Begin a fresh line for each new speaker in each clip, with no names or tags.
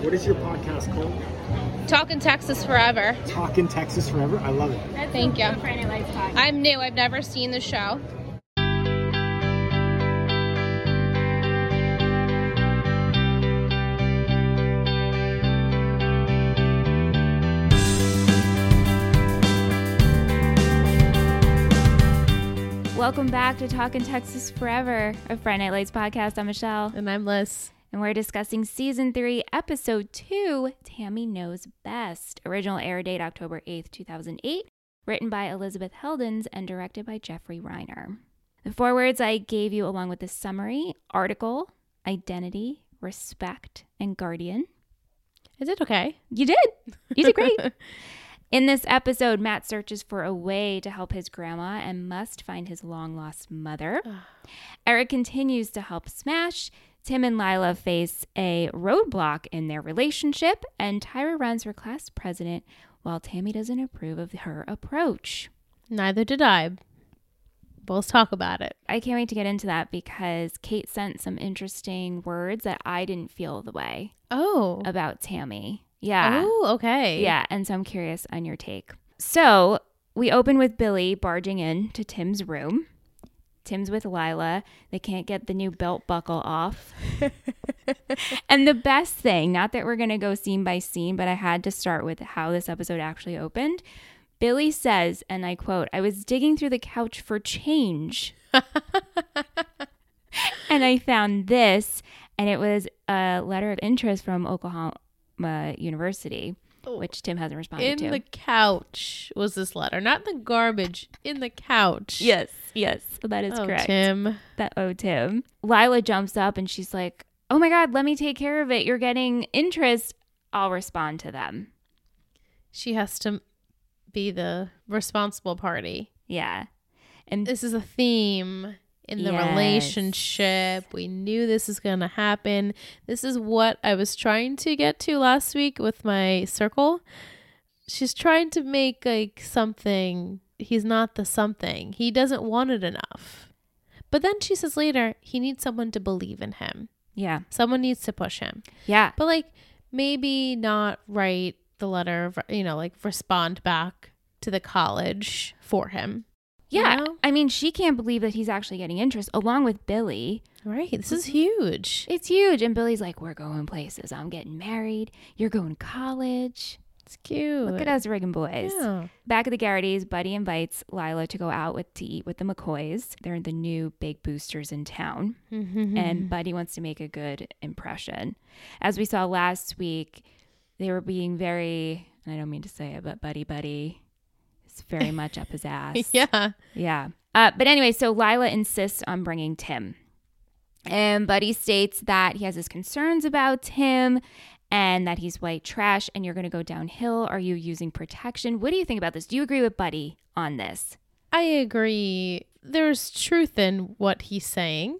What is your podcast called?
Talking Texas Forever.
Talk in Texas Forever. I love it.
That's
Thank you.
the Friday Night Lights podcast.
I'm new. I've never seen the show.
Welcome back to Talkin' Texas Forever, a Friday Night Lights podcast. I'm Michelle,
And I'm Liz.
and we're discussing season three, episode two, Tammy Knows Best. Original air date October 8th, 2008. Written by Elizabeth Heldens and directed by Jeffrey Reiner. The four words I gave you, along with the summary, article, identity, respect, and guardian.
I did okay.
You did. You did great. In this episode, Matt searches for a way to help his grandma and must find his long lost mother. Eric continues to help Smash. Tim and Lila face a roadblock in their relationship, and Tyra runs for class president while Tammy doesn't approve of her approach.
Neither did I. But let's talk about it.
I can't wait to get into that because Kate sent some interesting words that I didn't feel the way
Oh.
about Tammy. Yeah.
Oh, okay.
Yeah, and so I'm curious on your take. So we open with Billy barging in to Tim's room. Tim's with Lila. They can't get the new belt buckle off. and the best thing, not that we're going to go scene by scene, but I had to start with how this episode actually opened. Billy says, and I quote, I was digging through the couch for change. and I found this, and it was a letter of interest from Oklahoma University, which Tim hasn't responded
Oh. In
to.
the couch was this letter, not the garbage. In the couch.
yes, yes, that is
oh,
correct.
Tim.
That oh Tim. Lila jumps up and she's like, "Oh my God, let me take care of it. You're getting interest. I'll respond to them."
She has to be the responsible party.
Yeah, and
This is a theme in the
Yes.
relationship. We knew this is going to happen. This is what I was trying to get to last week with my circle. She's trying to make like something. He's not the something. He doesn't want it enough. But then she says later, he needs someone to believe in him.
yeah,
Someone needs to push him.
yeah,
But like maybe not write the letter, of- you know, like respond back to the college for him. You
yeah.
know?
I mean, she can't believe that he's actually getting interest, along with Billy.
Right. This is huge.
It's huge. And Billy's like, "We're going places. I'm getting married. You're going to college.
It's cute.
Look at us rigging boys."
Yeah.
Back at the Garrity's, Buddy invites Lila to go out with to eat with the McCoys. They're the new big boosters in town. and Buddy wants to make a good impression. As we saw last week, they were being very, and I don't mean to say it, but Buddy Buddy is very much up his ass.
yeah.
Yeah. Uh, but anyway, so Lila insists on bringing Tim. And Buddy states that he has his concerns about Tim and that he's white trash and you're going to go downhill. Are you using protection? What do you think about this? Do you agree with Buddy on this?
I agree. There's truth in what he's saying.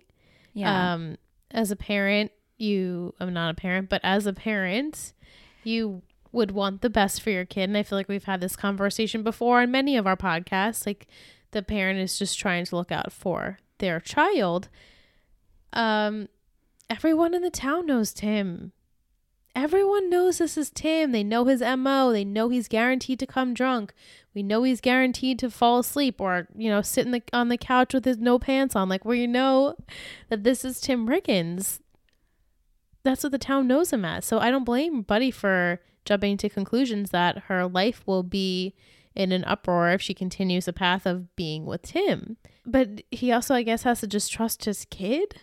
Um, as a parent, you I'm not a parent, but as a parent, you would want the best for your kid. And I feel like we've had this conversation before on many of our podcasts. Like the parent is just trying to look out for their child. Um, everyone in the town knows Tim. Everyone knows this is Tim. They know his MO. They know he's guaranteed to come drunk. We know he's guaranteed to fall asleep or, you know, sit in the, on the couch with his no pants on. Like, where you know that this is Tim Riggins. That's what the town knows him as. So I don't blame Buddy for jumping to conclusions that her life will be in an uproar if she continues the path of being with Tim. But he also, I guess, has to just trust his kid.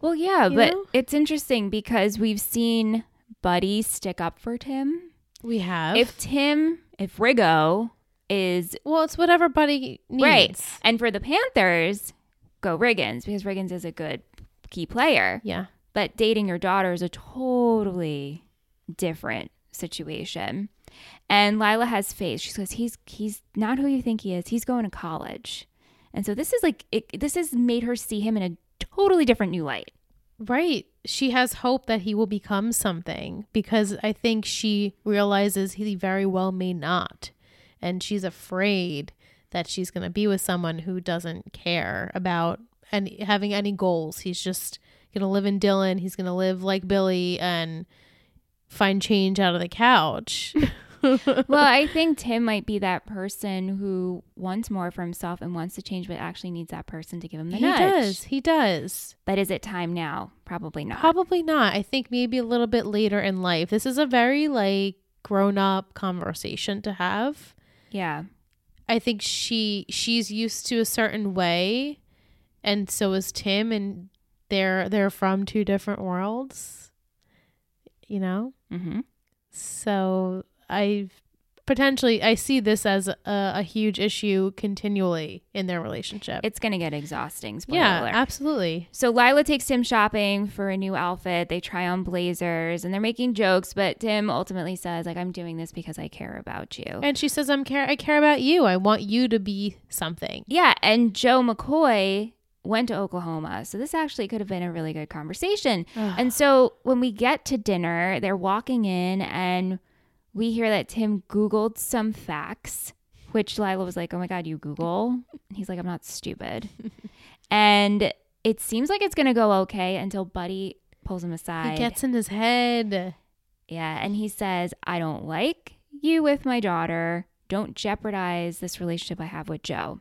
Well, yeah,
You
but
know?
it's interesting because we've seen Buddy stick up for Tim.
We have.
If Tim, if Rigo is
well, it's whatever Buddy needs.
right, and for the Panthers, go Riggins because Riggins is a good key player.
Yeah.
But dating your daughter is a totally different situation. And Lila has faith. She says he's he's not who you think he is. He's going to college, and so this is like it, this has made her see him in a totally different new light.
Right. She has hope that he will become something because I think she realizes he very well may not. And she's afraid that she's going to be with someone who doesn't care about and having any goals. He's just going to live in Dylan. He's going to live like Billy and find change out of the couch.
well, I think Tim might be that person who wants more for himself and wants to change, but actually needs that person to give him the
he
nudge.
does. He does.
But is it time now? Probably not.
Probably not. I think maybe a little bit later in life. This is a very like grown up conversation to have.
yeah.
I think she she's used to a certain way and so is Tim and they're they're from two different worlds. You know?
Mm-hmm.
So I potentially I see this as a, a huge issue continually in their relationship.
It's going to get exhausting. Spoiler
yeah,
alert.
absolutely.
So Lila takes Tim shopping for a new outfit. They try on blazers and they're making jokes, but Tim ultimately says like I'm doing this because I care about you.
And she says I'm care I care about you. I want you to be something.
yeah, and Joe McCoy went to Oklahoma. So this actually could have been a really good conversation. and so when we get to dinner, they're walking in and we hear that Tim googled some facts, which Lila was like, "Oh my god, you Google?" And he's like, "I'm not stupid." and it seems like it's going to go okay until Buddy pulls him aside.
He gets in his head.
Yeah, and he says, I don't like you with my daughter. Don't jeopardize this relationship I have with Joe.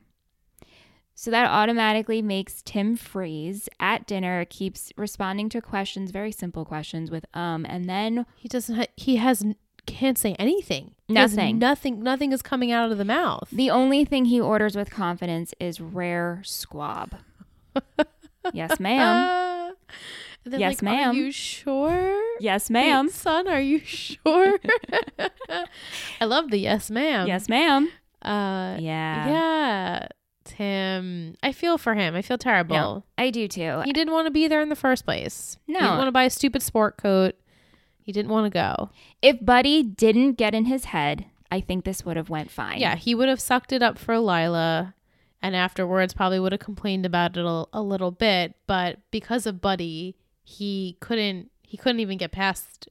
So that automatically makes Tim freeze at dinner, keeps responding to questions, very simple questions with um, and then
He doesn't. Ha- he has n- can't say anything. He has
Nothing.
nothing. Nothing is coming out of the mouth.
the only thing he orders with confidence is rare squab. yes, ma'am.
Uh, and they're
Yes,
like,
ma'am.
Are you sure?
Yes,
Wait,
ma'am.
son, are you sure? I love the yes, ma'am.
Yes, ma'am.
Um, Uh,
Yeah.
yeah. Tim, I feel for him. I feel terrible.
I do too.
He didn't want to be there in the first place. he
No.
didn't want to buy a stupid sport coat. He didn't want to go.
If Buddy didn't get in his head, I think this would have went fine.
Yeah, he would have sucked it up for Lila and afterwards probably would have complained about it a, a little bit, but because of Buddy, he couldn't he couldn't even get past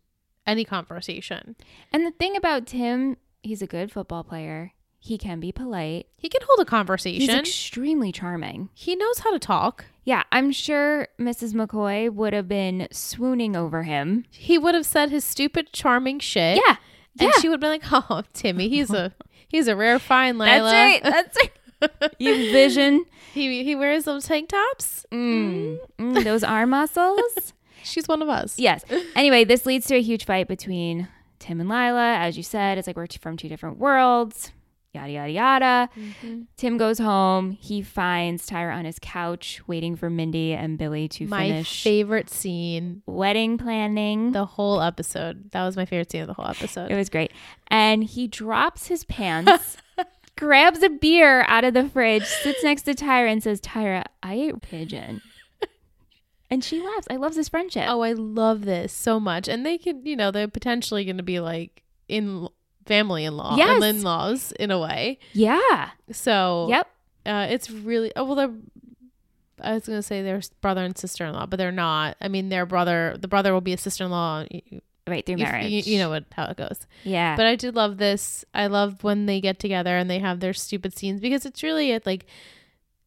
any conversation.
And the thing about Tim, he's a good football player. He can be polite.
He can hold a
He's
conversation.
extremely charming.
he knows how to talk.
Yeah, I'm sure Mrs. McCoy would have been swooning over him.
He would have said his stupid charming shit.
Yeah.
And
Yeah.
she would have been like, "Oh, Timmy, he's a he's a rare find, Lila.
That's right. That's right. you vision.
He he wears those tank tops.
Mm, mm, those arm muscles.
She's one of us.
Yes. Anyway, this leads to a huge fight between Tim and Lila. As you said, it's like we're t- from two different worlds. Yada, yada, yada.
Mm-hmm.
Tim goes home. He finds Tyra on his couch waiting for Mindy and Billy to
My
finish.
favorite scene
wedding planning.
the whole episode. That was my favorite scene of the whole episode.
it was great. And he drops his pants, grabs a beer out of the fridge, sits next to Tyra and says, Tyra, I ate pigeon. And she laughs. I love this friendship.
Oh, I love this so much. And they could, you know, they're potentially going to be like in family in law,
Yes.
in laws in a way.
yeah.
So
Yep.
uh, it's really oh well. They're I was going to say they're brother and sister in law, but they're not. I mean, their brother, the brother will be a sister in law. You, you-
Right through marriage.
you, you know what how it goes.
Yeah.
But I do love this. I love when they get together and they have their stupid scenes because it's really it like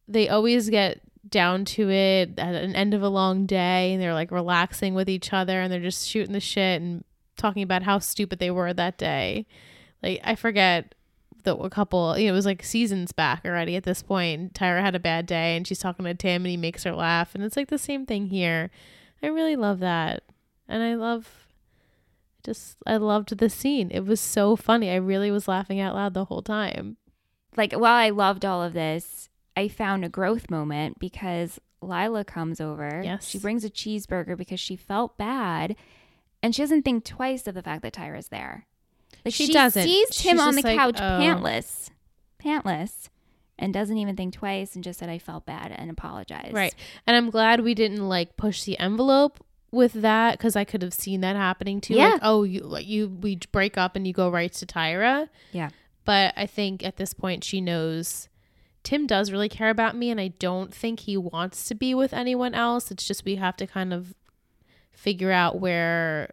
they always get down to it at an end of a long day and they're like relaxing with each other and they're just shooting the shit and talking about how stupid they were that day. Like I forget the a couple you know, it was like seasons back already at this point. Tyra had a bad day and she's talking to Tim and he makes her laugh and it's like the same thing here. I really love that. And I love just I loved the scene. It was so funny. I really was laughing out loud the whole time.
like while I loved all of this, I found a growth moment because Lila comes over.
Yes.
She brings a cheeseburger because she felt bad and she doesn't think twice of the fact that Tyra's there. Like
She doesn't.
sees him
She's
on the
just like,
couch
oh.
pantless. Pantless. And doesn't even think twice and just said I felt bad and apologized.
Right. And I'm glad we didn't like push the envelope with that cuz I could have seen that happening too.
Yeah.
Like, oh, you like, you we break up and you go right to Tyra.
Yeah.
But I think at this point she knows Tim does really care about me and I don't think he wants to be with anyone else. It's just we have to kind of figure out where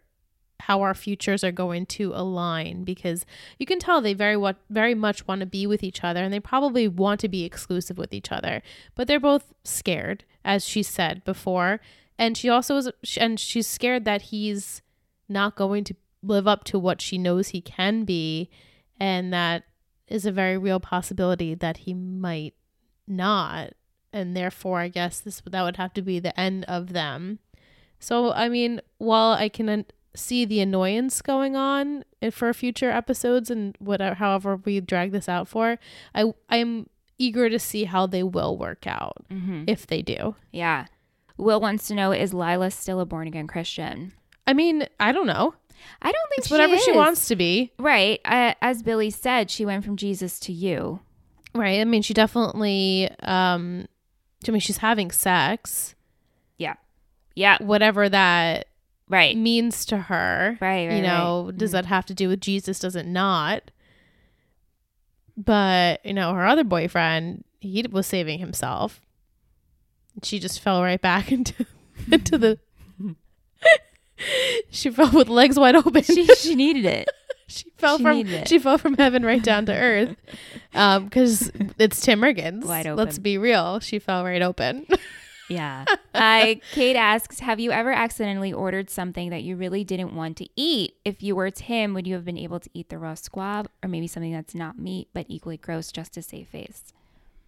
how our futures are going to align because you can tell they very what very much want to be with each other and they probably want to be exclusive with each other but they're both scared as she said before and she also is and she's scared that he's not going to live up to what she knows he can be and that is a very real possibility that he might not and therefore i guess this that would have to be the end of them so i mean while i can un- see the annoyance going on and for future episodes and whatever however we drag this out for i i'm eager to see how they will work out
Mm-hmm.
if they do
Yeah. Will wants to know is Lila still a born again Christian?
i mean i don't know
I don't think
it's whatever she
is.
wants to be
Right. Uh, as Billy said, she went from Jesus to you.
Right. I mean, she definitely. Um, I mean, she's having sex,
Yeah.
whatever that
Right.
means to her.
Right, Mm-hmm. right,
You know,
right.
does that have to do with Jesus? Does it not? But you know, her other boyfriend, he was saving himself. She just fell right back into into the. she fell with legs wide open.
she she needed it.
She fell
She
from
needed it.
she fell from heaven right down to earth, because it's Tim Riggins.
Wide
Let's
open.
be real. She fell right open.
Yeah. uh, Kate asks, have you ever accidentally ordered something that you really didn't want to eat? If you were Tim, would you have been able to eat the raw squab or maybe something that's not meat but equally gross just to save face?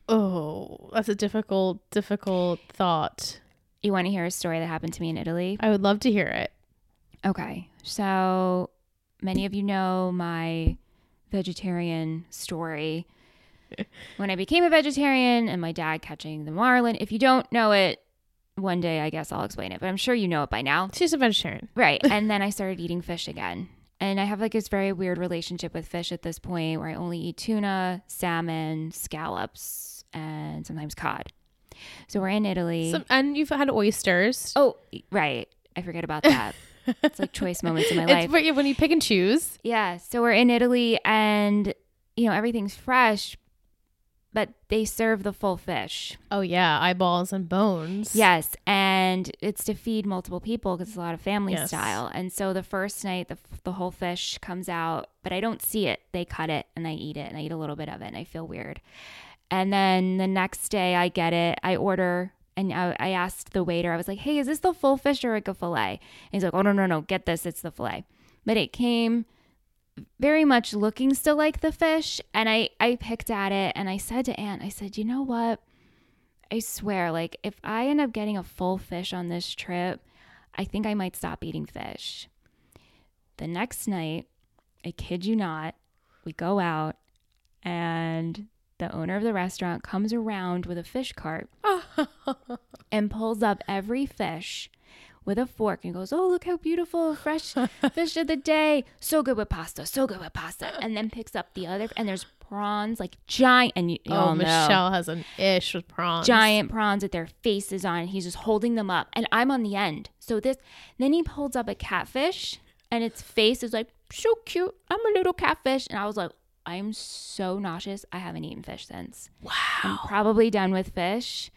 oh, that's a difficult, difficult thought.
You want to hear a story that happened to me in Italy?
I would love to hear it.
Okay. So many of you know my vegetarian story. when I became a vegetarian and my dad catching the marlin. If you don't know it, one day I guess I'll explain it, but I'm sure you know it by now.
She's a vegetarian.
Right. And then I started eating fish again. And I have like this very weird relationship with fish at this point where I only eat tuna, salmon, scallops, and sometimes cod. So we're in Italy.
Some, and you've had oysters.
oh, right. I forget about that. it's like choice moments in my life.
it's where you- when you pick and choose.
Yeah. So we're in Italy and, you know, everything's fresh, but they serve the full fish.
Oh yeah, eyeballs and bones.
Yes. And it's to feed multiple people because it's a lot of family
Yes.
style. And so the first night, the, the whole fish comes out, but I don't see it. They cut it and I eat it and I eat a little bit of it and I feel weird. And then the next day, I get it. I order. And I, I asked the waiter, I was like, hey, is this the full fish or like a filet? And he's like, oh, no, no, no, get this. It's the filet. But it came very much looking still like the fish and I I picked at it and I said to Aunt I said, "You know what? I swear like if I end up getting a full fish on this trip, I think I might stop eating fish." The next night, I kid you not, we go out and the owner of the restaurant comes around with a fish cart and pulls up every fish with a fork and goes, Oh, look how beautiful, fresh fish of the day. So good with pasta, so good with pasta. And then picks up the other, and there's prawns, like giant, and you, you
Oh,
all know
Michelle has an ish with prawns.
giant prawns with their faces on. And he's just holding them up, and I'm on the end. So this, then he holds up a catfish, and its face is like so cute. I'm a little catfish, and I was like, I'm so nauseous. I haven't eaten fish since. I'm
Wow.
probably done with fish.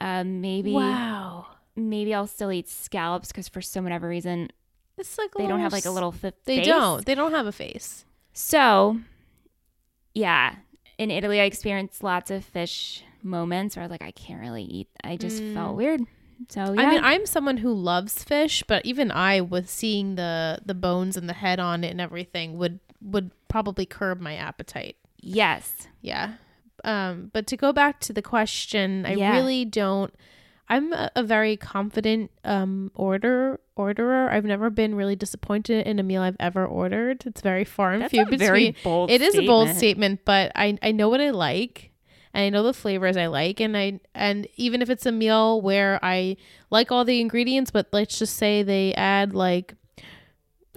Um, maybe
Wow.
maybe I'll still eat scallops because for some whatever reason
It's like a
they
little
don't have like a
s-
little fi-
They
face.
don't. They don't have a face.
So, yeah, in Italy, I experienced lots of fish moments where I was like, I can't really eat. I just felt weird. So yeah,
Mm. I mean, I'm someone who loves fish, but even I, with seeing the the bones and the head on it and everything, would would probably curb my appetite.
yes,
Yeah. Um, but to go back to the question, I
Yeah.
really don't. I'm a, a very confident um, order orderer. I've never been really disappointed in a meal I've ever ordered. It's very far and
That's
few
a
between.
very bold
It is a bold
statement.
statement, but I I know what I like. And I know the flavors I like, and I and even if it's a meal where I like all the ingredients, but let's just say they add like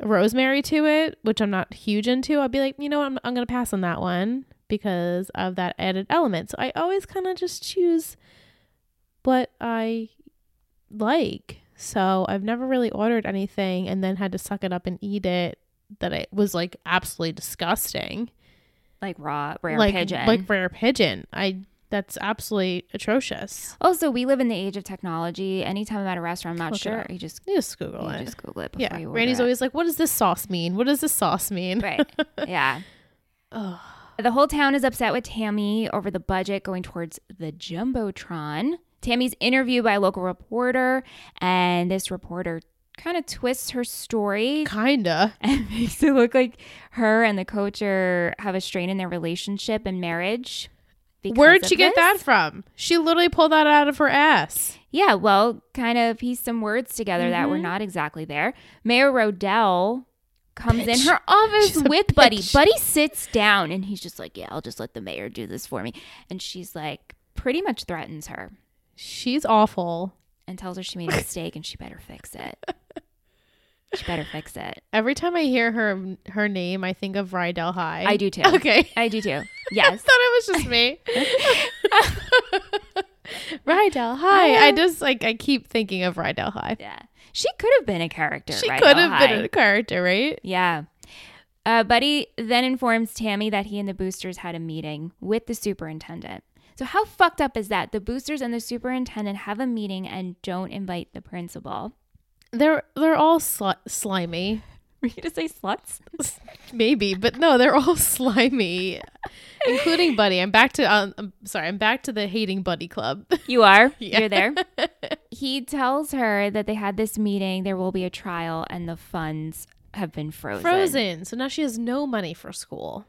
rosemary to it, which I'm not huge into, I'd be like, you know what, I'm, I'm going to pass on that one because of that added element. So I always kind of just choose what I like. So I've never really ordered anything and then had to suck it up and eat it that it was like absolutely disgusting.
like raw rare
like
pigeon.
like rare pigeon. I that's absolutely atrocious.
also, we live in the age of technology. Anytime I'm at a restaurant, I'm not
Look it
sure.
up.
You just
You just Google
you
it.
just Google it before
yeah.
you order.
Randy's
it.
always like, what does this sauce mean? What does this sauce mean?
right. Yeah.
Ugh.
The whole town is upset with Tammy over the budget going towards the Jumbotron. Tammy's interviewed by a local reporter, and this reporter kind of twists her story
Kinda.
and makes it look like her and the coach are have a strain in their relationship and marriage. because
Where'd
of
she get
this.
that from? She literally pulled that out of her ass.
Yeah, well, kind of pieced some words together that
Mm-hmm.
were not exactly there. Mayor Rodell comes in her office
She's a
with Buddy.
bitch.
Buddy sits down and he's just like, Yeah, I'll just let the mayor do this for me. And she's like, pretty much threatens her
She's awful.
and tells her she made a mistake and she better fix it. She better fix it.
Every time I hear her her name, I think of Rydell High.
I do too.
Okay.
I do too.
I
Yes.
thought it was just me. Rydell High. I just like I keep thinking of Rydell High.
Yeah. She could have been a character.
She
right?
could
Oh,
have
hi.
been a character, right?
Yeah. Uh, Buddy then informs Tammy that he and the boosters had a meeting with the superintendent. So, how fucked up is that? The boosters and the superintendent have a meeting and don't invite the principal.
They're they're all sli- slimy.
Were you to say sluts?
Maybe, but no, they're all slimy, including Buddy. I'm back to um, I'm sorry, I'm back to the hating Buddy Club.
You are.
Yeah.
You're there. he tells her that they had this meeting, there will be a trial, and the funds have been frozen.
Frozen. So now she has no money for school,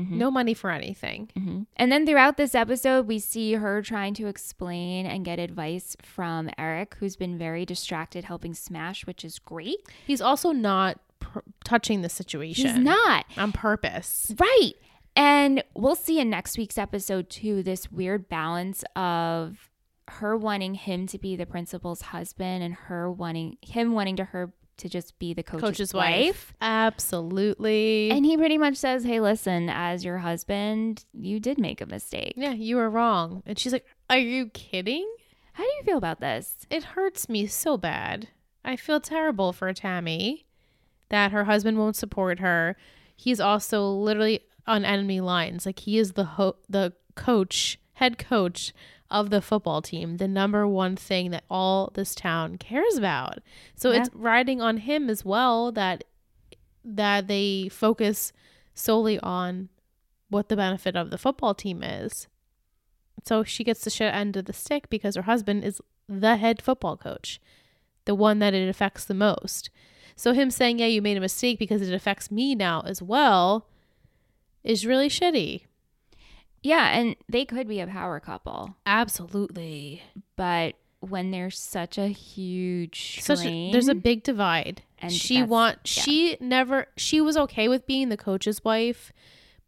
Mm-hmm.
no money for anything.
And then throughout this episode, we see her trying to explain and get advice from Eric, who's been very distracted helping Smash, which is great.
He's also not pr- touching the situation.
He's not.
on purpose.
Right. And we'll see in next week's episode, too, this weird balance of her wanting him to be the principal's husband and her wanting him wanting to her to just be the coach's,
Coach's wife.
wife.
Absolutely.
And he pretty much says, Hey, listen, as your husband, you did make a mistake.
yeah, you were wrong. And she's like, Are you kidding?
How do you feel about this?
It hurts me so bad. I feel terrible for Tammy that her husband won't support her. He's also literally on enemy lines. Like he is the ho- the coach, head coach of the football team, the number one thing that all this town cares about. So
Yeah.
it's riding on him as well that that they focus solely on what the benefit of the football team is. So she gets the shit end of the stick because her husband is the head football coach, the one that it affects the most. So him saying, "Yeah, you made a mistake because it affects me now as well," is really shitty.
Yeah. And they could be a power couple,
Absolutely.
but when there's such a huge
Such a,
strain-
there's a big divide.
And
And she
that's-
want
yeah.
she never she was okay with being the coach's wife,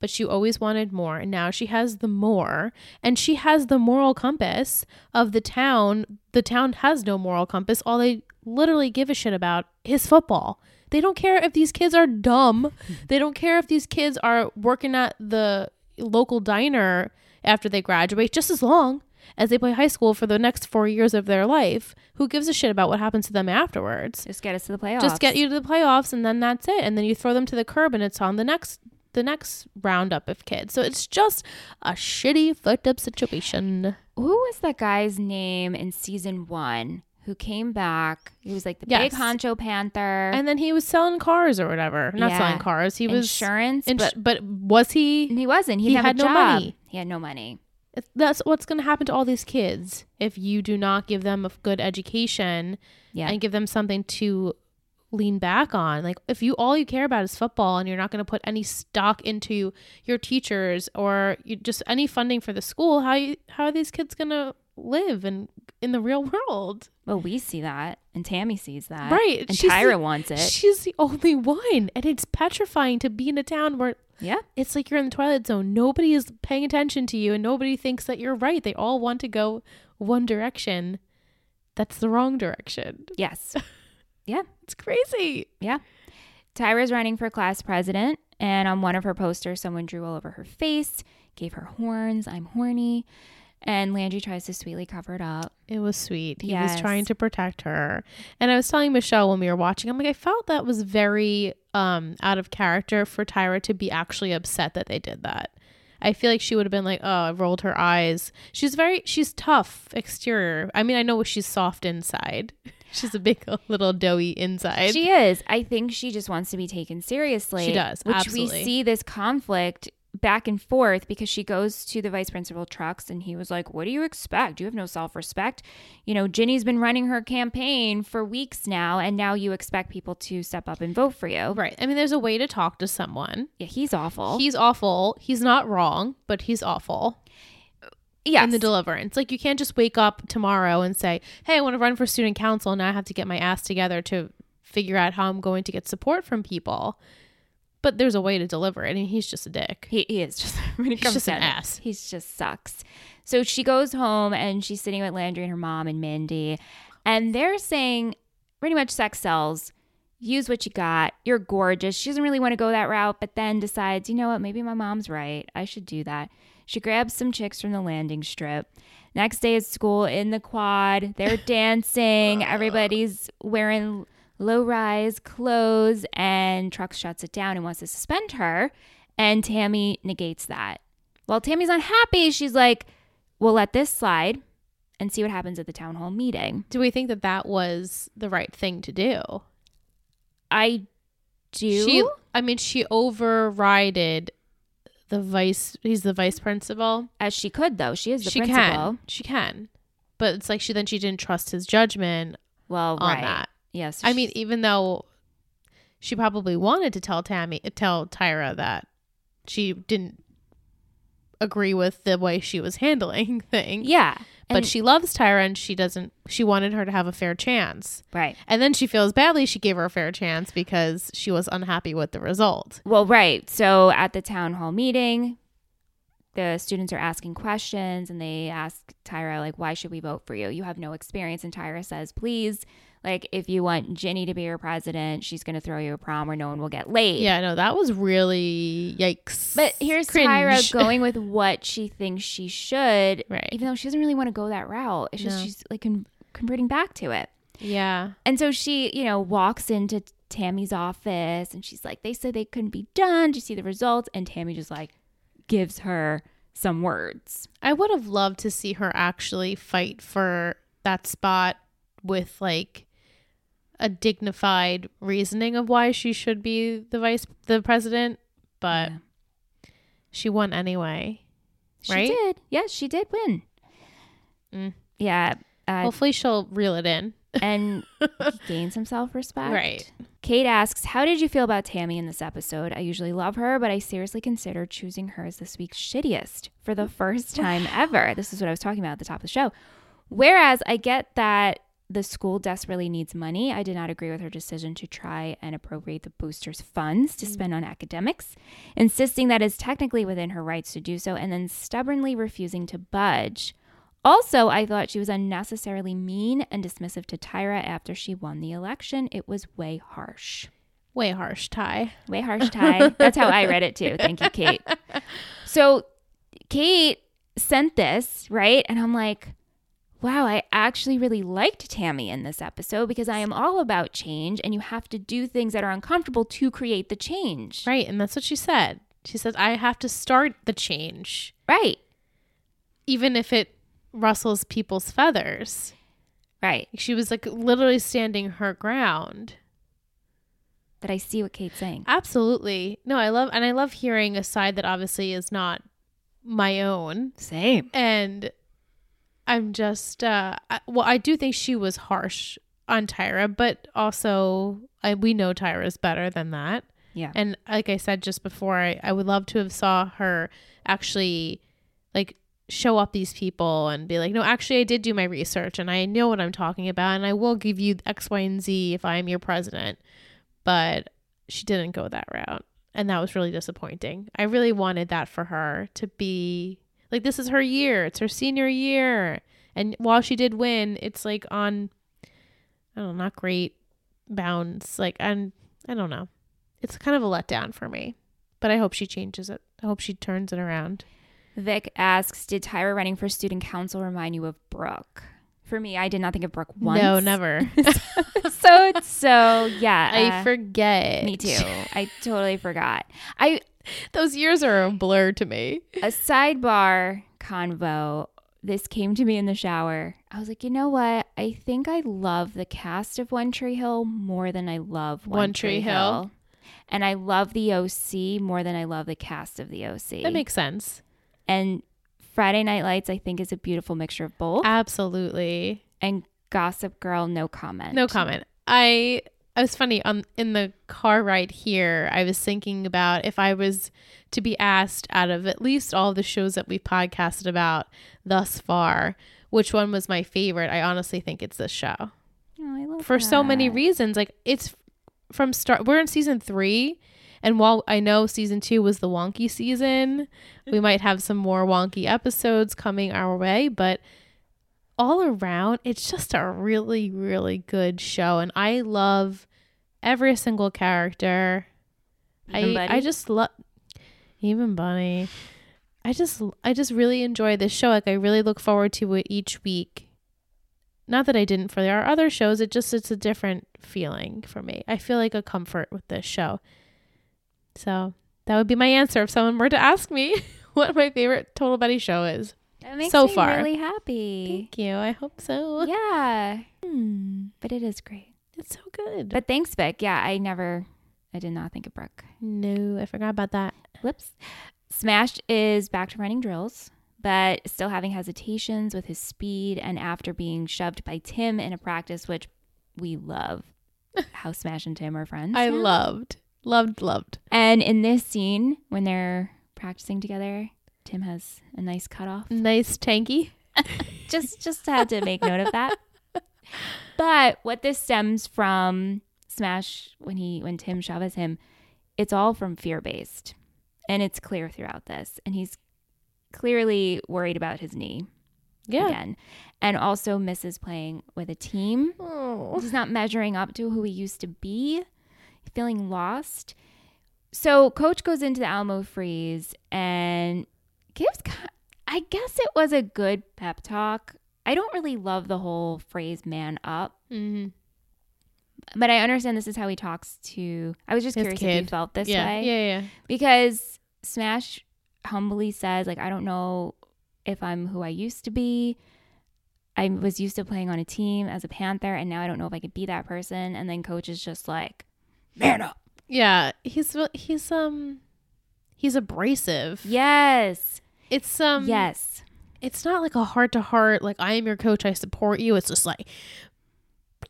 but she always wanted more. And now she has the more, and she has the moral compass of the town. The town has no moral compass. All they literally give a shit about is football. They don't care if these kids are dumb. they don't care if these kids are working at the local diner after they graduate just as long as they play high school for the next 4 years of their life. Who gives a shit about what happens to them afterwards?
just get us to the playoffs.
just get you to the playoffs and then that's it and then you throw them to the curb and it's on the next the next roundup of kids so it's just a shitty fucked up situation
who was that guy's name in season one who came back? He was like the big
Yes.
honcho panther.
and then he was selling cars or whatever not
Yeah.
selling cars he was
insurance,
ins-
but
but was he
he wasn't. He,
he
didn't
had
have a
no
job.
money.
He had no money.
that's what's going to happen to all these kids if you do not give them a good education
Yeah.
and give them something to lean back on. Like if you all you care about is football and you're not going to put any stock into your teachers or you, just any funding for the school, how you, how are these kids going to live and in the real world?
Well, we see that, and Tammy sees that,
Right,
And
she's
Tyra
the-
wants it.
She's the only one, and it's petrifying to be in a town where
yeah.
it's like you're in the twilight zone. Nobody is paying attention to you, and nobody thinks that you're right. They all want to go one direction. That's the wrong direction.
Yes. yeah.
It's crazy.
Yeah. Tyra's running for class president, and on one of her posters, someone drew all over her face, gave her horns. I'm horny, and Landry tries to sweetly cover it up.
It was sweet. He
Yes.
was trying to protect her. And I was telling Michelle when we were watching, I'm like, I felt that was very um out of character for Tyra to be actually upset that they did that. I feel like she would have been like, oh, rolled her eyes. She's very she's tough exterior. I mean, I know she's soft inside. She's a big little doughy inside.
She is. I think she just wants to be taken seriously.
She does,
Which we
absolutely.
see this conflict back and forth because she goes to the vice principal Trucks and he was like, What do you expect? You have no self respect. You know, Ginny's been running her campaign for weeks now, and now you expect people to step up and vote for you.
Right. I mean, there's a way to talk to someone.
Yeah, he's awful.
He's awful. He's not wrong, but he's awful
yes.
in the deliverance. Like you can't just wake up tomorrow and say, "Hey, I want to run for student council, and I have to get my ass together to figure out how I'm going to get support from people." But there's a way to deliver it, and he's just a dick.
He, he is just when it
He's
comes
just
to
an
it,
ass.
He's just sucks. So she goes home and she's sitting with Landry and her mom and Mindy, and they're saying pretty much sex sells. Use what you got. You're gorgeous. She doesn't really want to go that route, but then decides, you know what? Maybe my mom's right. I should do that. She grabs some chicks from the landing strip. Next day is school in the quad. They're dancing. Everybody's wearing low rise clothes, and Trucks shuts it down and wants to suspend her. And Tammy negates that. While Tammy's unhappy, she's like, we'll let this slide and see what happens at the town hall meeting.
Do we think that that was the right thing to do?
I do.
She, I mean, she overrided the vice. He's the vice principal.
as she could, though. She is the
she
principal.
can. She can. But it's like she then she didn't trust his judgment
Well,
on
right.
that.
Yes.
I mean, even though she probably wanted to tell Tammy, tell Tyra that she didn't agree with the way she was handling things.
yeah.
But
And-
she loves Tyra and she doesn't, she wanted her to have a fair chance.
Right.
And then she feels badly she gave her a fair chance because she was unhappy with the result.
Well, right. So at the town hall meeting, the students are asking questions and they ask Tyra, like, why should we vote for you? You have no experience. And Tyra says, please, like, if you want Ginny to be your president, she's going to throw you a prom where no one will get laid.
Yeah, no, that was really yikes.
But here's
Cringe.
Tyra going with what she thinks she should,
Right.
even though she doesn't really want to go that route. It's just
No.
she's like con- converting back to it.
yeah.
And so she, you know, walks into Tammy's office and she's like, they said they couldn't be done. Do you see the results? And Tammy just like gives her some words.
I would have loved to see her actually fight for that spot with like a dignified reasoning of why she should be the vice the president, but
Yeah.
she won anyway.
She
Right?
did. Yes, she did win.
Mm.
Yeah. Uh,
Hopefully she'll reel it in.
and gain some self respect.
Right.
Kate asks, How did you feel about Tammy in this episode? I usually love her, but I seriously consider choosing her as this week's shittiest for the first time ever. This is what I was talking about at the top of the show. Whereas I get that the school desperately needs money, I did not agree with her decision to try and appropriate the boosters' funds to spend on academics, insisting that it's technically within her rights to do so, and then stubbornly refusing to budge. Also, I thought she was unnecessarily mean and dismissive to Tyra after she won the election. It was way harsh.
Way harsh, Ty.
Way harsh, Ty. That's how I read it too. Thank you, Kate. So, Kate sent this, right? And I'm like, wow, I actually really liked Tammy in this episode because I am all about change and you have to do things that are uncomfortable to create the change.
Right, and that's what she said. She says, I have to start the change.
Right.
Even if it rustles people's feathers.
Right.
She was like literally standing her ground.
That I see what Kate's saying.
Absolutely. No, I love and I love hearing a side that obviously is not my own.
Same.
And I'm just uh I, well I do think she was harsh on Tyra, but also I, we know Tyra's better than that.
Yeah.
And like I said just before, I, I would love to have saw her actually like show up these people and be like, no, actually I did do my research and I know what I'm talking about and I will give you X, Y, and Z if I am your president. But she didn't go that route. And that was really disappointing. I really wanted that for her to be like this is her year. It's her senior year. And while she did win, it's like on I don't know, not great bounds. Like and I don't know it's kind of a letdown for me. But I hope she changes it. I hope she turns it around.
Vic asks, "Did Tyra running for student council remind you of Brooke?" For me, I did not think of Brooke once.
No, never.
so so yeah.
I
uh,
forget.
me too. I totally forgot. I
Those years are a blur to me.
a sidebar convo. This came to me in the shower. I was like, you know what? I think I love the cast of One Tree Hill more than I love One, Tree, Hill. And I love the OC more than I love the cast of the OC.
That makes sense.
and Friday Night Lights, I think, is a beautiful mixture of both.
Absolutely.
and Gossip Girl, no comment.
No comment. I I was funny on in the car ride here. I was thinking about if I was to be asked out of at least all the shows that we podcasted about thus far, which one was my favorite? I honestly think it's this show
Oh, I love
for so many
that.
reasons. Like it's from start. We're in season three, and while I know season two was the wonky season, we might have some more wonky episodes coming our way. But all around, it's just a really, really good show, and I love every single character.
Even
I
Buddy?
I just love even Bunny. I just I just really enjoy this show. Like I really look forward to it each week. Not that I didn't for our other shows, it just it's a different feeling for me. I feel like a comfort with this show. So that would be my answer if someone were to ask me what my favorite Total Betty show is.
That makes
so
me
far.
really happy.
Thank you. I hope so.
Yeah. Hmm. But it is great.
It's so good.
But thanks, Vic. Yeah, I never, I did not think of Brooke.
no, I forgot about that.
Whoops. Smashed is back to running drills, but still having hesitations with his speed and after being shoved by Tim in a practice, which we love how Smash and Tim are friends.
I loved. Loved, loved.
and in this scene, when they're practicing together, Tim has a nice cutoff.
Nice tanky.
just just had to make note of that. But what this stems from Smash when he when Tim Chavez him, it's all from fear based. And it's clear throughout this. And he's clearly worried about his knee
Yeah.
again. And also misses playing with a team.
Oh.
He's not measuring up to who he used to be, feeling lost. So coach goes into the Alamo Freeze and gives ki- I guess it was a good pep talk. I don't really love the whole phrase man up,
Mm-hmm.
but I understand this is how he talks to I was just
His
curious if you
kid.
felt this
yeah.
way
Yeah, yeah.
because Smash humbly says like I don't know if I'm who I used to be. I was used to playing on a team as a Panther and now I don't know if I could be that person and then coach is just like man up.
Yeah, he's re- he's um he's abrasive.
Yes.
It's um
yes.
it's not like a heart to heart like I am your coach, I support you. It's just like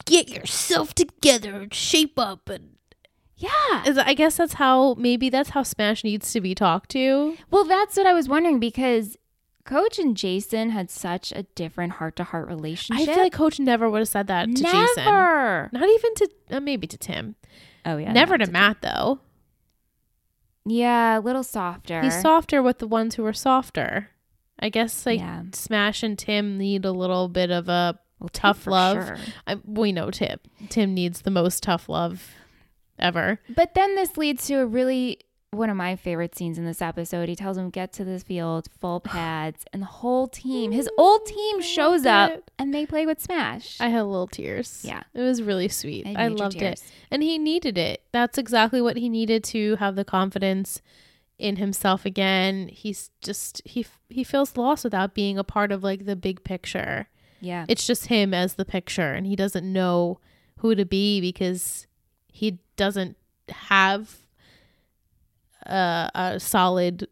get yourself together, and shape up and
Yeah.
Is- I guess that's how maybe that's how Smash needs to be talked to.
Well, that's what I was wondering because Coach and Jason had such a different heart to heart
I
relationship.
feel like coach never would have said that to Jason.
Never.
Not even to uh, maybe to Tim.
Oh yeah.
never
no.
to Matt though.
Yeah, a little softer.
He's softer with the ones who are softer. I guess like
Yeah.
Smash and Tim need a little bit of a
Well, Tim
tough
for
love.
sure.
I, we know Tim. Tim needs the most tough love ever.
But then this leads to a really one of my favorite scenes in this episode. He tells him get to the field, full pads, and the whole team, his old team, shows
loved
up
it.
and they play with Smash.
I had little tears.
Yeah.
It was really sweet.
had
I
major
loved it.
tears.
And he needed it. That's exactly what he needed to have the confidence in himself again. He's just he f- he feels lost without being a part of like the big picture.
yeah,
It's just him as the picture and he doesn't know who to be because he doesn't have a, a solid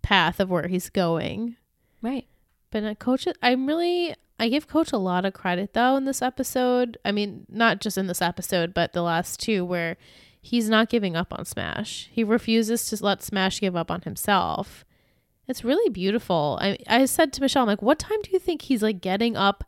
path of where he's going.
right.
But uh, coach, I'm really I give coach a lot of credit though in this episode. I mean, not just in this episode, but the last two where he's not giving up on Smash. He refuses to let Smash give up on himself. It's really beautiful. I I said to Michelle, I'm like, what time do you think he's like getting up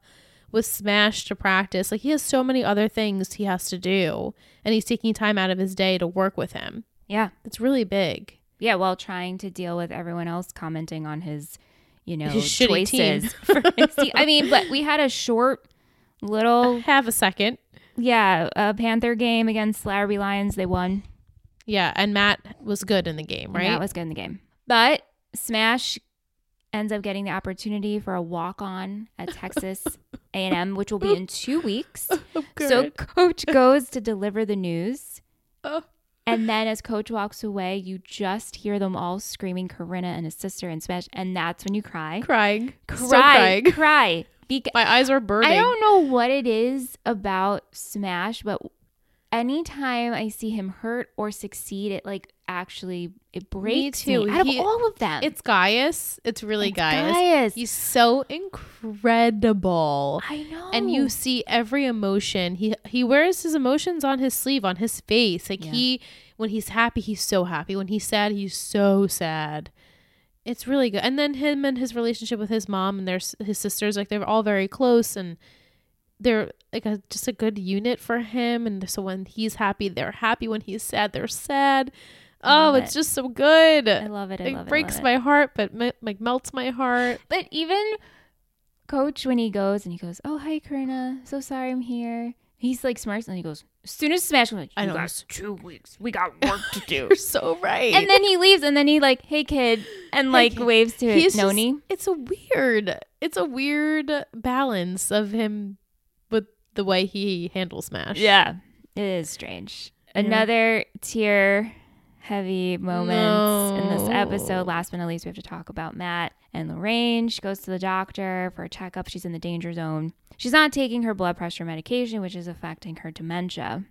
with Smash to practice? Like he has so many other things he has to do, and he's taking time out of his day to work with him.
Yeah,
It's really big.
yeah. While trying to deal with everyone else commenting on his, you know,
His shitty team.
choices. For his team. I mean, but we had a short little,
Have a second.
yeah, a Panther game against Larrabee Lions. They won.
Yeah, and Matt was good in the game,
And
right?
That was good in the game. But Smash ends up getting the opportunity for a walk on at Texas A&M, which will be in two weeks. So coach goes to deliver the news.
Oh.
And then as coach walks away, you just hear them all screaming Corinna and his sister and Smash. And that's when you cry.
crying. Still
Cry.
crying.
Cry. Beca-
My eyes are burning.
I don't know what it is about Smash, but anytime I see him hurt or succeed, it like actually it breaks me,
too.
out
He-
of all of them.
It's Gaius. It's really
It's
Gaius.
Gaius.
He's so incredible.
I know.
and you see every emotion. He he wears his emotions on his sleeve, on his face. Like
Yeah.
he when he's happy, he's so happy. When he's sad, he's so sad. It's really good. And then him and his relationship with his mom and their s- his sisters, like they're all very close and they're like a, just a good unit for him. And so when he's happy, they're happy. When he's sad, they're sad.
I
Oh,
love
it's
it.
just so good.
I love it. I
it
love
breaks
it. I love it.
my heart, but m- like melts my heart.
But even coach, when he goes and he goes, "Oh hi, Karina. So sorry I'm here." He's like smart, and then he goes, "As soon as Smash, I'm like,
I
you
know.
guys two weeks. We got work to do."
You're so right.
and then he leaves, and then he like, "Hey kid," and like
kid.
waves to
He's just-
Noni.
it's a weird it's a weird balance of him with the way he handles smash
yeah, it is strange. Another tear heavy moments in this
No.
episode. Last but not least, we have to talk about Matt and Lorraine. She goes to the doctor for a checkup. She's in the danger zone. She's not taking her blood pressure medication, which is affecting her dementia.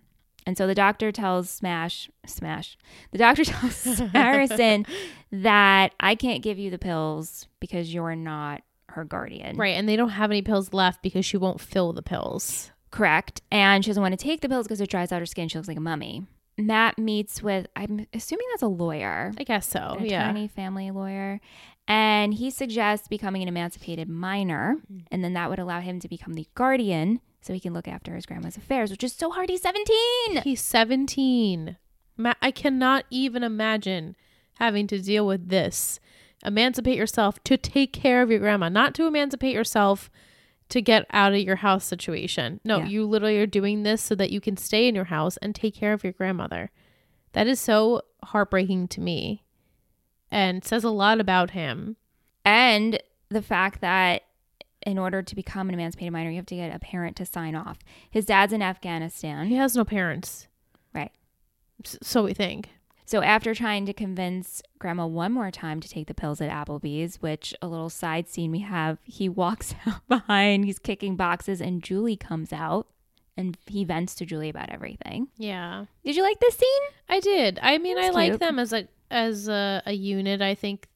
And so the doctor tells Smash, Smash, the doctor tells Harrison that I can't give you the pills because you're not her guardian.
right and they don't have any pills left because she won't fill the pills
Correct. And she doesn't want to take the pills because it dries out her skin. She looks like a mummy. Matt meets with, I'm assuming that's a lawyer,
i guess so
an
Oh, yeah
attorney, family lawyer. And he suggests becoming an emancipated minor. And then that would allow him to become the guardian so he can look after his grandma's affairs, which is so hard. He's 17.
he's 17 Ma- i cannot even imagine having to deal with this emancipate yourself to take care of your grandma not to emancipate yourself to get out of your house situation no
Yeah.
you literally are doing this so that you can stay in your house and take care of your grandmother that is so heartbreaking to me and says a lot about him
And the fact that in order to become an emancipated minor, you have to get a parent to sign off. His dad's in Afghanistan.
he has no parents
Right.
S- so we think
So after trying to convince grandma one more time to take the pills at Applebee's, which a little side scene we have, he walks out behind, he's kicking boxes and Julie comes out and he vents to Julie about everything.
yeah
Did you like this scene?
I did. I mean,
That's
I like
cute.
them as a as a, a unit. I think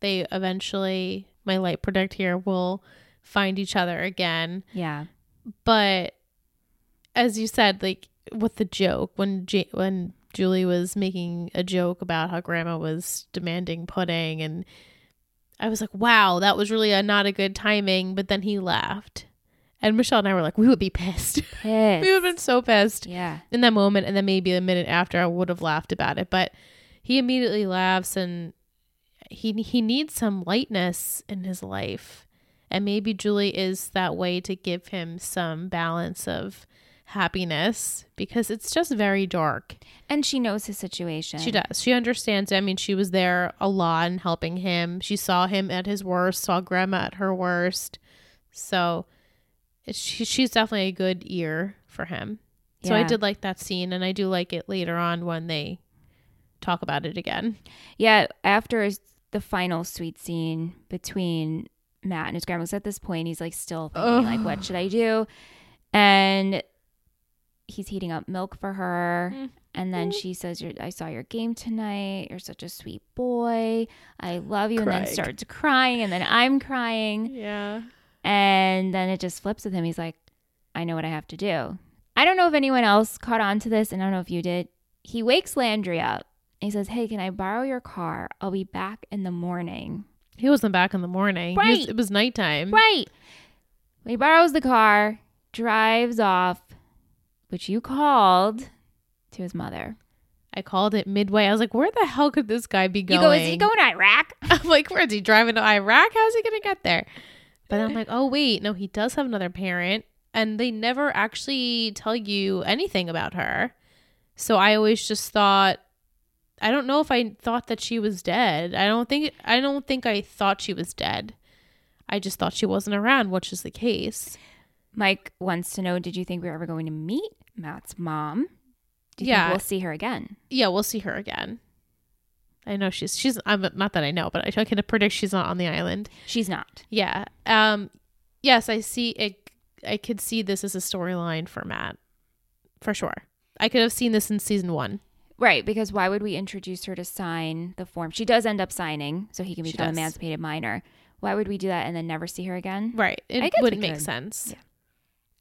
they eventually, my light predict here, will find each other again.
Yeah.
But as you said, like with the joke when J- when Julie was making a joke about how Grandma was demanding pudding, and I was like, wow, that was really a, not a good timing. But then he laughed, and Michelle and I were like, we would be pissed. we would have been so pissed
Yeah.
in that moment and then maybe a minute after I would have laughed about it but he immediately laughs and he he needs some lightness in his life and maybe Julie is that way to give him some balance of happiness because it's just very dark
And she knows his situation.
she does she understands I mean she was there a lot and helping him she saw him at his worst saw grandma at her worst so it's- she, she's definitely a good ear for him so I
Yeah.
did like that scene, and I do like it later on when they talk about it again.
Yeah, after is the final sweet scene between Matt and his grandma, 'cause at this point he's like still thinking, like,
Ugh.
what should I do? And he's heating up milk for her.
Mm.
And then she says, "You're- I saw your game tonight. You're such a sweet boy. I love you. And
Cried.
then starts crying. And then I'm crying.
Yeah.
And then it just flips with him. He's like, I know what I have to do. I don't know if anyone else caught on to this, and I don't know if you did. He wakes Landry up. He says, Hey, can I borrow your car? I'll be back in the morning.
He wasn't back in the morning. He was-
Right.
it was nighttime.
Right. He borrows the car, drives off, which you called to his mother.
I called it midway. I was like, where the hell could this guy be going?
You go, Is he going to Iraq?
I'm like, where's he driving to Iraq? How's he going to get there? But I'm like, oh, wait, no, he does have another parent. And they never actually tell you anything about her. So I always just thought, I don't know if I thought that she was dead. I don't think, I don't think I thought she was dead. I just thought she wasn't around, which is the case.
Mike wants to know Did you think we were ever going to meet Matt's mom? Do you
Yeah.
think we'll see her again?
Yeah, we'll see her again. I know she's, she's, I'm not that I know, but I, I can predict she's not on the island.
She's not.
Yeah. Um yes, I see it I could see this as a storyline for Matt. For sure. I could have seen this in season one.
Right, because why would we introduce her to sign the form? She does end up signing, so he can become
does.
emancipated minor. Why would we do that and then never see her again?
Right. It
I guess we
wouldn't make
could.
sense.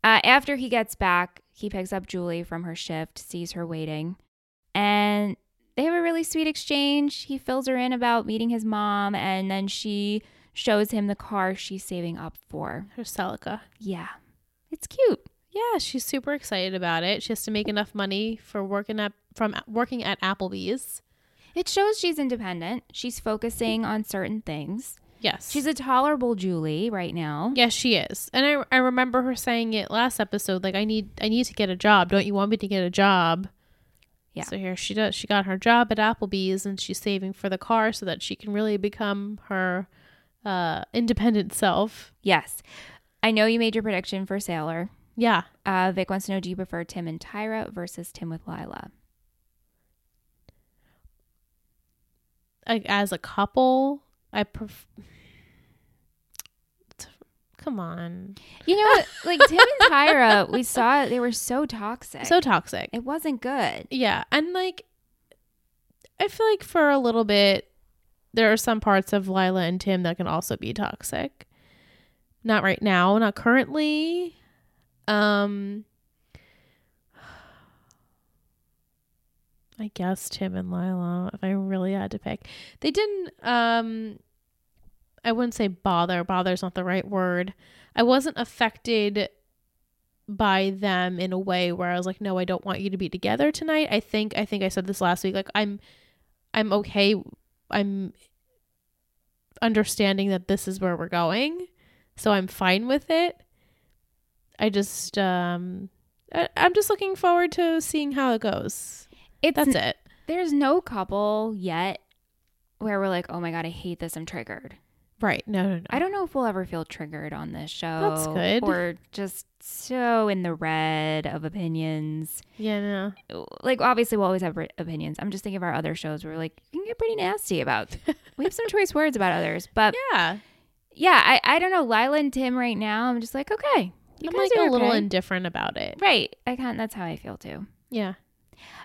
Uh, after he gets back, he picks up Julie from her shift, sees her waiting, and they have a really sweet exchange. He fills her in about meeting his mom, and then she shows him the car she's saving up for.
Her Celica.
Yeah, it's cute.
Yeah, she's super excited about it. She has to make enough money for working at from working at Applebee's.
It shows she's independent. She's focusing on certain things.
Yes.
She's a tolerable Julie right now.
Yes, she is. And I, I remember her saying it last episode like I need I need to get a job. Don't you want me to get a job?
Yeah.
So here she does. She got her job at Applebee's and she's saving for the car so that she can really become her uh independent self.
Yes. I know you made your prediction for Sailor.
Yeah.
Uh, Vic wants to know do you prefer Tim and Tyra versus Tim with Lila?
Like as a couple, I pref- Come on.
You know what? Like Tim and Tyra, we saw it, they were so toxic.
So toxic.
it wasn't good.
Yeah, and like I feel like for a little bit there are some parts of Lila and Tim that can also be toxic. Not right now, not currently. Um I guess Tim and Lila, if I really had to pick. They didn't um I wouldn't say bother. Bother's not the right word. I wasn't affected by them in a way where I was like, no, I don't want you to be together tonight. I think I think I said this last week. Like I'm I'm okay. I'm understanding that this is where we're going. So I'm fine with it. I just um I, I'm just looking forward to seeing how it goes.
It's
That's it.
There's no couple yet where we're like, oh my god, I hate this. I'm triggered.
Right. No, no, no.
I don't know if we'll ever feel triggered on this show.
That's good.
Or just so in the red of opinions.
Yeah, no.
Like obviously we'll always have re- opinions. I'm just thinking of our other shows where like you can get pretty nasty about. we have some choice words about others, but
Yeah.
yeah, I, I don't know. Lila and Tim right now, I'm just like, okay, you
I'm
guys
like a
are
little
okay.
indifferent about it.
right. I can't. That's how I feel too.
Yeah.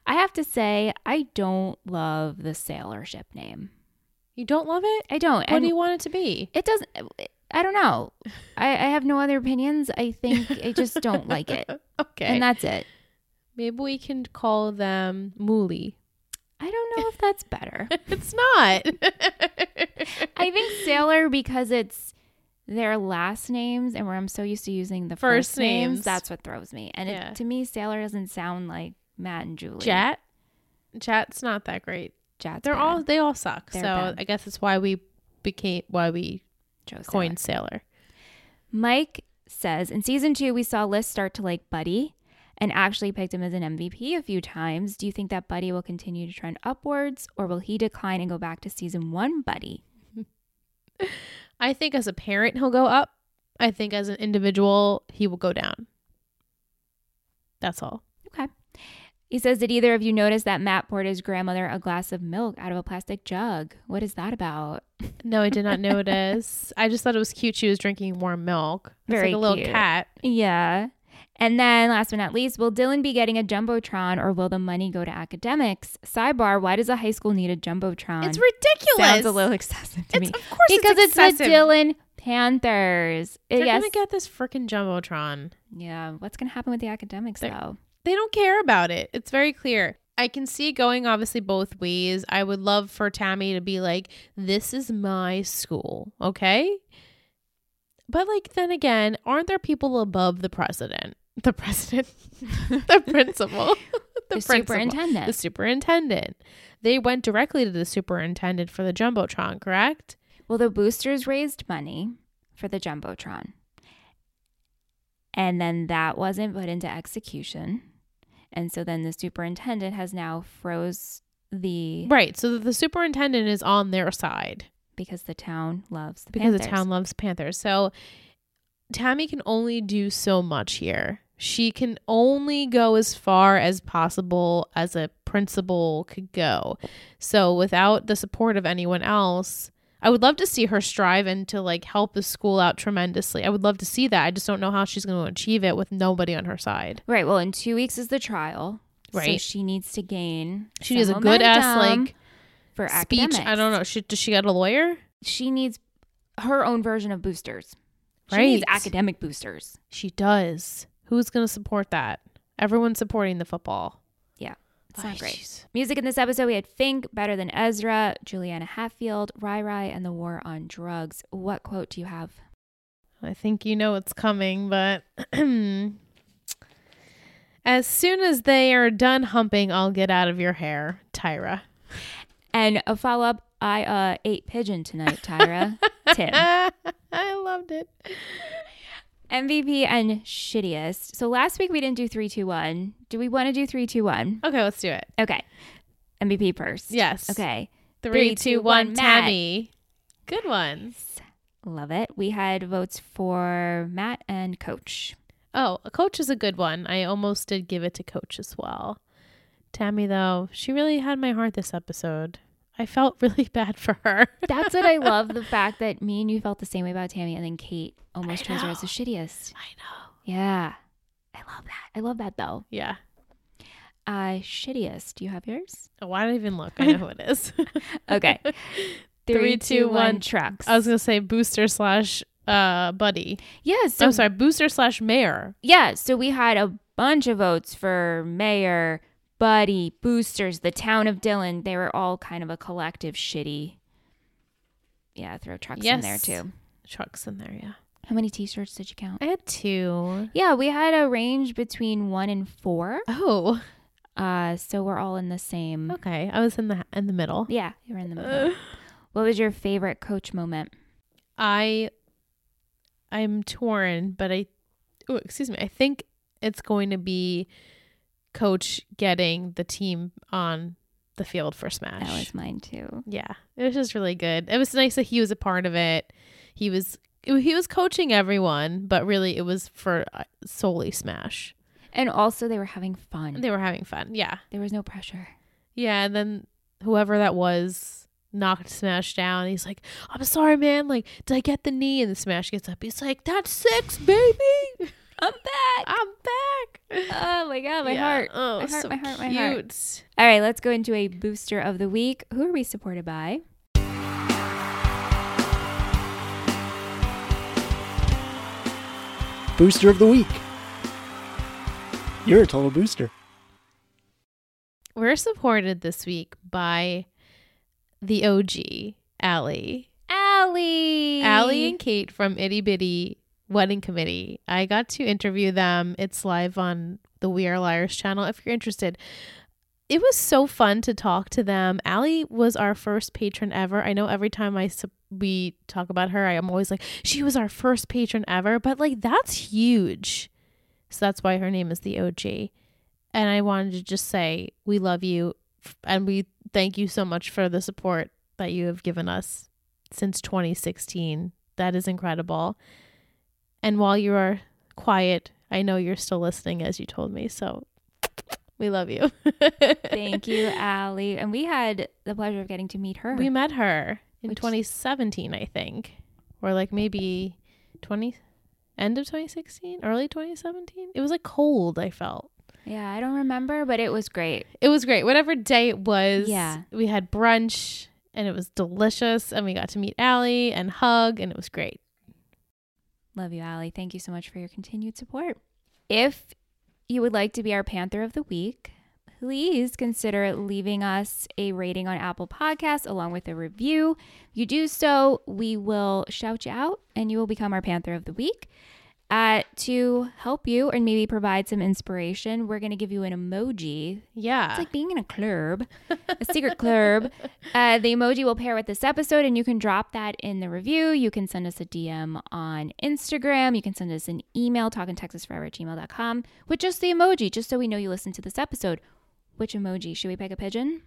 I have to say, I don't love the sailor ship name.
You don't love it?
I don't.
What
and
do you want it to be?
It doesn't. uh, I don't know. I, I have no other opinions. I think I just don't like it,
Okay.
and that's it.
Maybe we can call them Mooly.
I don't know if that's better.
It's not.
I think sailor because it's their last names, and where I'm so used to using the first,
First
names,
names.
that's what throws me. And
Yeah.
it, to me, sailor doesn't sound like Matt and Julie.
Chat. Chat's not that great.
Jat's
They're
bad.
all they all suck.
They're
so
bad.
I guess it's why we became why we
Joe Sailor.
coined Sailor.
Mike says in season two, we saw Liz start to like Buddy and actually picked him as an MVP a few times. Do you think that Buddy will continue to trend upwards or will he decline and go back to season one Buddy?
I think as a parent he'll go up. I think as an individual he will go down. That's all.
Okay. He says, Did either of you notice that Matt poured his grandmother a glass of milk out of a plastic jug? What is that about?
No, I did not notice. I just thought it was cute. She was drinking warm milk. It's
Very
like a little
cute.
cat.
Yeah. And then last but not least, will Dylan be getting a Jumbotron or will the money go to academics? Sidebar, why does a high school need a Jumbotron?
It's ridiculous.
Sounds a little excessive to
It's-
me.
of course it's
because it's, the
excessive.
Dylan Panthers. Uh,
They're
yes.
gonna get this freaking jumbotron.
yeah. What's gonna happen with the academics
They're-
though?
they don't care about it. It's very clear. I can see it going obviously both ways. I would love for Tammy to be like, this is my school, okay? But like then again, aren't there people above the president? The president, the principal,
The,
principal,
superintendent.
the superintendent. They went directly to the superintendent for the jumbotron, correct?
well, the boosters raised money for the jumbotron, and then that wasn't put into execution, and so then the superintendent has now froze the
Right. So the superintendent is on their side.
because the town loves the
because
Panthers.
the town loves Panthers. So Tammy can only do so much here. She can only go as far as possible as a principal could go. So without the support of anyone else, I would love to see her strive and to like help the school out tremendously. I would love to see that. I just don't know how she's going to achieve it with nobody on her side.
right. Well, in two weeks is the trial. So
Right.
she needs to gain.
She
some
does a good ass
momentum
like
for
speech. I
academics.
don't know. She, does she got a lawyer?
She needs her own version of boosters. She needs
Right.
academic boosters.
She does. Who's going to support that? Everyone's supporting the football.
Yeah, it's not
Ay,
great.
jeez.
Music in this episode, we had Fink, Better Than Ezra, Juliana Hatfield, Rai Rai, and the War on Drugs. What quote do you have?
I think you know it's coming, but as soon as they are done humping, I'll get out of your hair, Tyra.
And a follow up, I uh, ate pigeon tonight, Tyra. Tim.
Ah, I loved it.
MVP and shittiest. So last week we didn't do 321. Do we want to do 321?
Okay, let's do it.
Okay. MVP first.
Yes.
Okay.
Three, two, one.
Matt.
Tammy. Good one.
Love it. We had votes for Matt and Coach.
Oh, a coach is a good one. I almost did give it to coach as well. Tammy, though, she really had my heart this episode. I felt really bad for her.
That's what I love the fact that me and you felt the same way about Tammy, and then Kate almost
I
chose her as the
know.
shittiest.
I know.
Yeah. I love that. I love that though.
Yeah.
Uh, shittiest. Do you have yours?
Why did Oh, I even look? I know who it is.
Okay.
Three, two, one.
Trucks.
I was gonna say booster slash uh buddy.
yeah. So
I'm Oh, sorry, booster slash mayor.
yeah. So we had a bunch of votes for mayor, buddy, boosters, the town of Dillon. They were all kind of a collective shitty. Yeah, throw trucks in there
Yes.
too.
Trucks in there, yeah.
How many T-shirts did you count?
I had two.
Yeah, we had a range between one and four.
Oh,
Uh, so we're all in the same.
okay. I was in the in the middle.
Yeah, you were in the middle. what was your favorite coach moment?
I I'm torn, but I oh, excuse me. I think it's going to be coach getting the team on the field for smash.
That was mine too.
yeah. It was just really good. It was nice that he was a part of it. He was he was coaching everyone, but really it was for uh, solely smash.
And also, they were having fun.
They were having fun. Yeah.
There was no pressure.
Yeah, and then whoever that was knocked Smash down. He's like, "I'm sorry, man. Like, did I get the knee?" And the Smash gets up. He's like, "That's six, baby.
I'm back.
I'm back."
Oh my god, my
Yeah.
heart.
Oh,
my heart,
so
my heart, my
cute.
heart. All right, let's go into a booster of the week. Who are we supported by?
Booster of the week. You're a total booster.
We're supported this week by the OG Allie,
Allie.
Allie and Kate from Itty Bitty Wedding Committee. I got to interview them. It's live on the We Are Liars channel. If you're interested, it was so fun to talk to them. Allie was our first patron ever. I know every time I sup- we talk about her, I am always like, she was our first patron ever, but like that's huge. So that's why her name is the OG. And I wanted to just say we love you f- and we thank you so much for the support that you have given us since 2016. That is incredible. And while you are quiet, I know you're still listening as you told me. So we love you.
Thank you, Allie. And we had the pleasure of getting to meet her.
We met her in
Which-
2017, I think, or like maybe 20, end of 2016, early 2017. It was like cold. I felt
yeah, I don't remember, but it was great.
it was great. Whatever day it was,
Yeah.
we had brunch and it was delicious, and we got to meet Allie and hug, and it was great.
Love you, Allie. Thank you so much for your continued support. If you would like to be our Panther of the Week, please consider leaving us a rating on Apple Podcasts along with a review. You do so, we will shout you out and you will become our Panther of the Week. Uh, to help you and maybe provide some inspiration, we're going to give you an emoji
Yeah,
it's like being in a club, a secret club. Uh, the emoji will pair with this episode, and you can drop that in the review. You can send us a DM on Instagram. You can send us an email, talkintexasforever at gmail.com, with just the emoji, just so we know you listened to this episode. Which emoji? Should we pick a pigeon?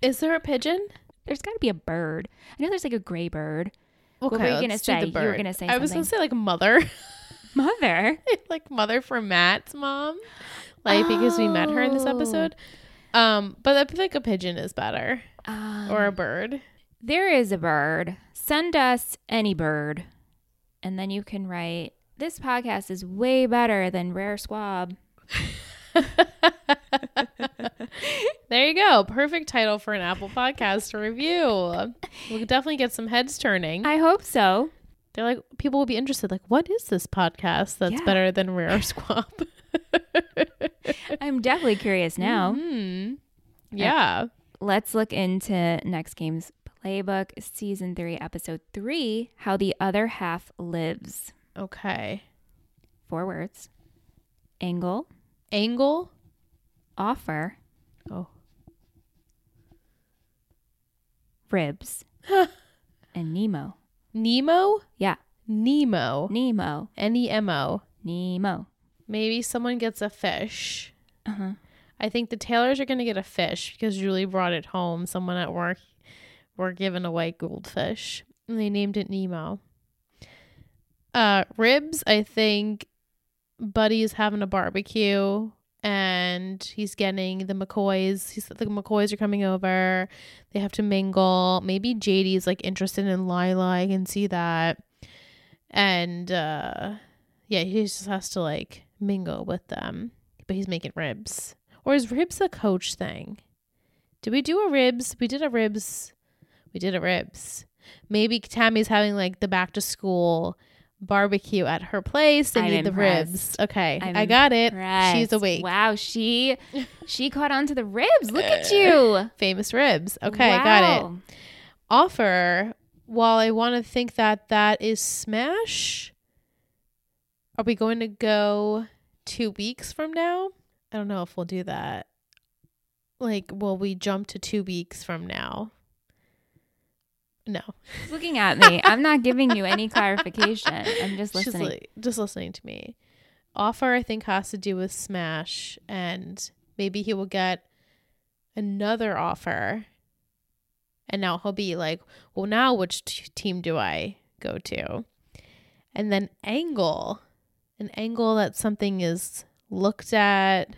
is there a pigeon?
There's got to be a bird. I know there's like a gray bird. were you gonna
let's do
say?
the
You were
bird.
gonna say
I was gonna
something.
say like mother,
Mother.
like mother for Matt's mom, like because we met her in this
Oh.
episode. Um, but I feel like a pigeon is better
Um,
or a bird.
there is a bird. Send us any bird. And then you can write, This podcast is way better than Rare Squab.
There you go. Perfect title for an Apple podcast to review. We'll definitely get some heads turning.
I hope so.
They're like, people will be interested. Like, what is this podcast that's
Yeah.
better than Rare Squab?
I'm definitely curious now.
Hmm. Yeah.
Let's look into next game's playbook, season three, episode three How the Other Half Lives.
Okay.
Four words angle,
Angle.
offer,
Oh.
ribs, and Nemo.
Nemo.
Yeah,
Nemo.
Nemo,
N E M O.
Nemo.
Maybe someone gets a fish.
Uh
Uh-huh.
huh.
I think the Taylors are going to get a fish because Julie brought it home. Someone at work were given away goldfish and they named it Nemo. Uh, ribs, I think Buddy is having a barbecue and he's getting the McCoys. He's, the McCoys are coming over. They have to mingle. Maybe JD's like interested in Lila. I can see that. And uh, yeah, he just has to like mingle with them. But he's making ribs. Or is ribs a coach thing? Did we do a ribs? We did a ribs. We did a ribs. Maybe Tammy's having like the back to school barbecue at her place. They
I'm
need the ribs.
impressed.
Okay.
I'm
I got it. She's
Right.
awake.
Wow, she she caught on to the ribs. Look at you.
Famous ribs. Okay, got it.
Wow.
Offer, while I want to think that that is smash, are we going to go two weeks from now? I don't know if we'll do that. Like, will we jump to two weeks from now? No.
She's looking at me. I'm not giving you any clarification. I'm just
She's
listening.
li- just listening to me. Offer, I think, has to do with Smash, and maybe he will get another offer. And now he'll be like, well, now which t- team do I go to? And then angle, an angle that something is looked at.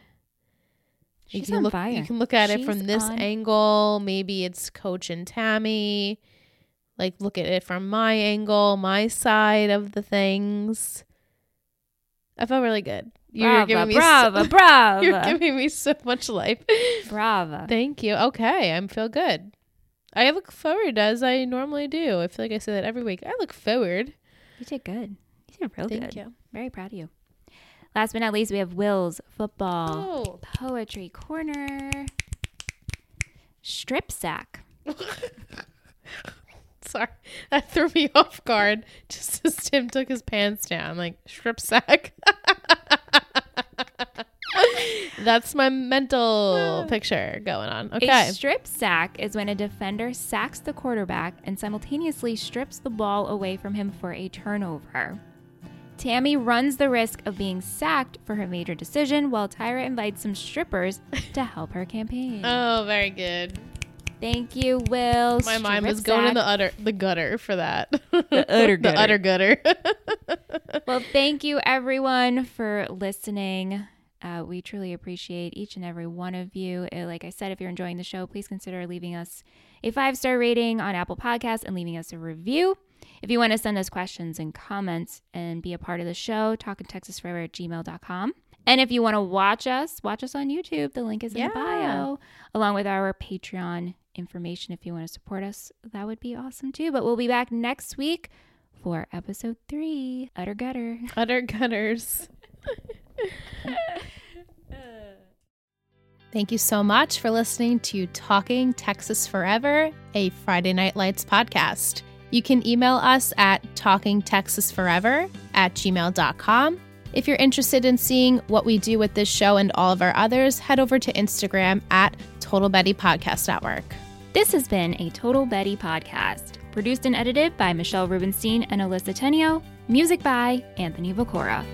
You
She's
can
on
look,
fire.
You can look at it from
She's
this
on-
angle. Maybe it's Coach and Tammy. Like, look at it from my angle, my side of the things. I felt really good. You were
brava,
giving me
brava,
so,
brava,
You're giving me so much life.
brava.
Thank you. Okay, I am feel good. I look forward as I normally do. I feel like I say that every week. I look forward.
You did good. You did real
Thank
good.
you.
Very proud of you. Last but not least, we have Will's
Oh,
football poetry corner. Strip sack.
sorry. That threw me off guard just as Tim took his pants down, like strip sack. That's my mental picture going on. Okay.
A strip sack is when a defender sacks the quarterback and simultaneously strips the ball away from him for a turnover. Tammy runs the risk of being sacked for her major decision while Tyra invites some strippers to help her campaign.
Oh, very good.
Thank you, Will.
My mind
Strip
was going in the
sack.
utter the gutter for that.
utter
the utter gutter.
Well, thank you everyone for listening. Uh, we truly appreciate each and every one of you. Uh, Like I said, if you're enjoying the show, please consider leaving us a five star rating on Apple Podcasts and leaving us a review. If you want to send us questions and comments and be a part of the show, talkintexasforever at gmail.com. And if you want to watch us, watch us on YouTube. The link is in
Yeah.
the bio, along with our Patreon information. If you want to support us, that would be awesome too. But we'll be back next week for episode three Utter Gutter.
utter gutters. Thank you so much for listening to Talking Texas Forever, a Friday Night Lights podcast. You can email us at talkingtexasforever at gmail.com. If you're interested in seeing what we do with this show and all of our others, head over to Instagram at Total Betty Podcast Network.
This has been a Total Betty podcast, produced and edited by Michelle Rubenstein and Alyssa Tenio, music by Anthony Vacora.